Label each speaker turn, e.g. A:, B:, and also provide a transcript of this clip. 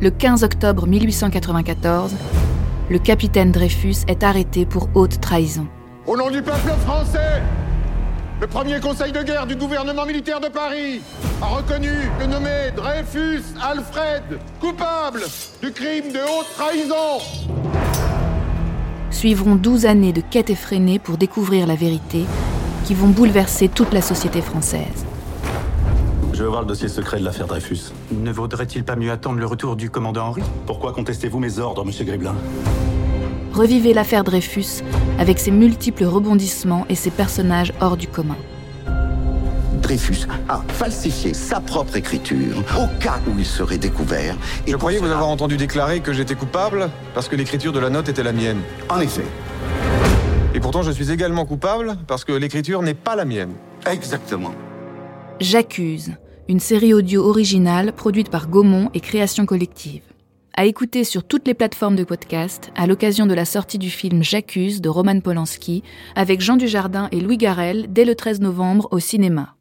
A: le 15 octobre 1894, le capitaine Dreyfus est arrêté pour haute trahison.
B: Au nom du peuple français, le premier conseil de guerre du gouvernement militaire de Paris a reconnu le nommé Dreyfus Alfred coupable du crime de haute trahison.
A: Suivront 12 années de quête effrénée pour découvrir la vérité qui vont bouleverser toute la société française.
C: Je veux voir le dossier secret de l'affaire Dreyfus.
D: Ne vaudrait-il pas mieux attendre le retour du commandant Henry
C: Pourquoi contestez-vous mes ordres, monsieur Griblin
A: Revivez l'affaire Dreyfus avec ses multiples rebondissements et ses personnages hors du commun.
E: Dreyfus a falsifié sa propre écriture au cas où il serait découvert.
F: Et je croyais cela... vous avoir entendu déclarer que j'étais coupable parce que l'écriture de la note était la mienne.
E: En effet.
F: Et pourtant, je suis également coupable parce que l'écriture n'est pas la mienne.
E: Exactement.
A: J'accuse, une série audio originale produite par Gaumont et Création Collective. À écouter sur toutes les plateformes de podcast à l'occasion de la sortie du film J'accuse de Roman Polanski avec Jean Dujardin et Louis Garel dès le 13 novembre au cinéma.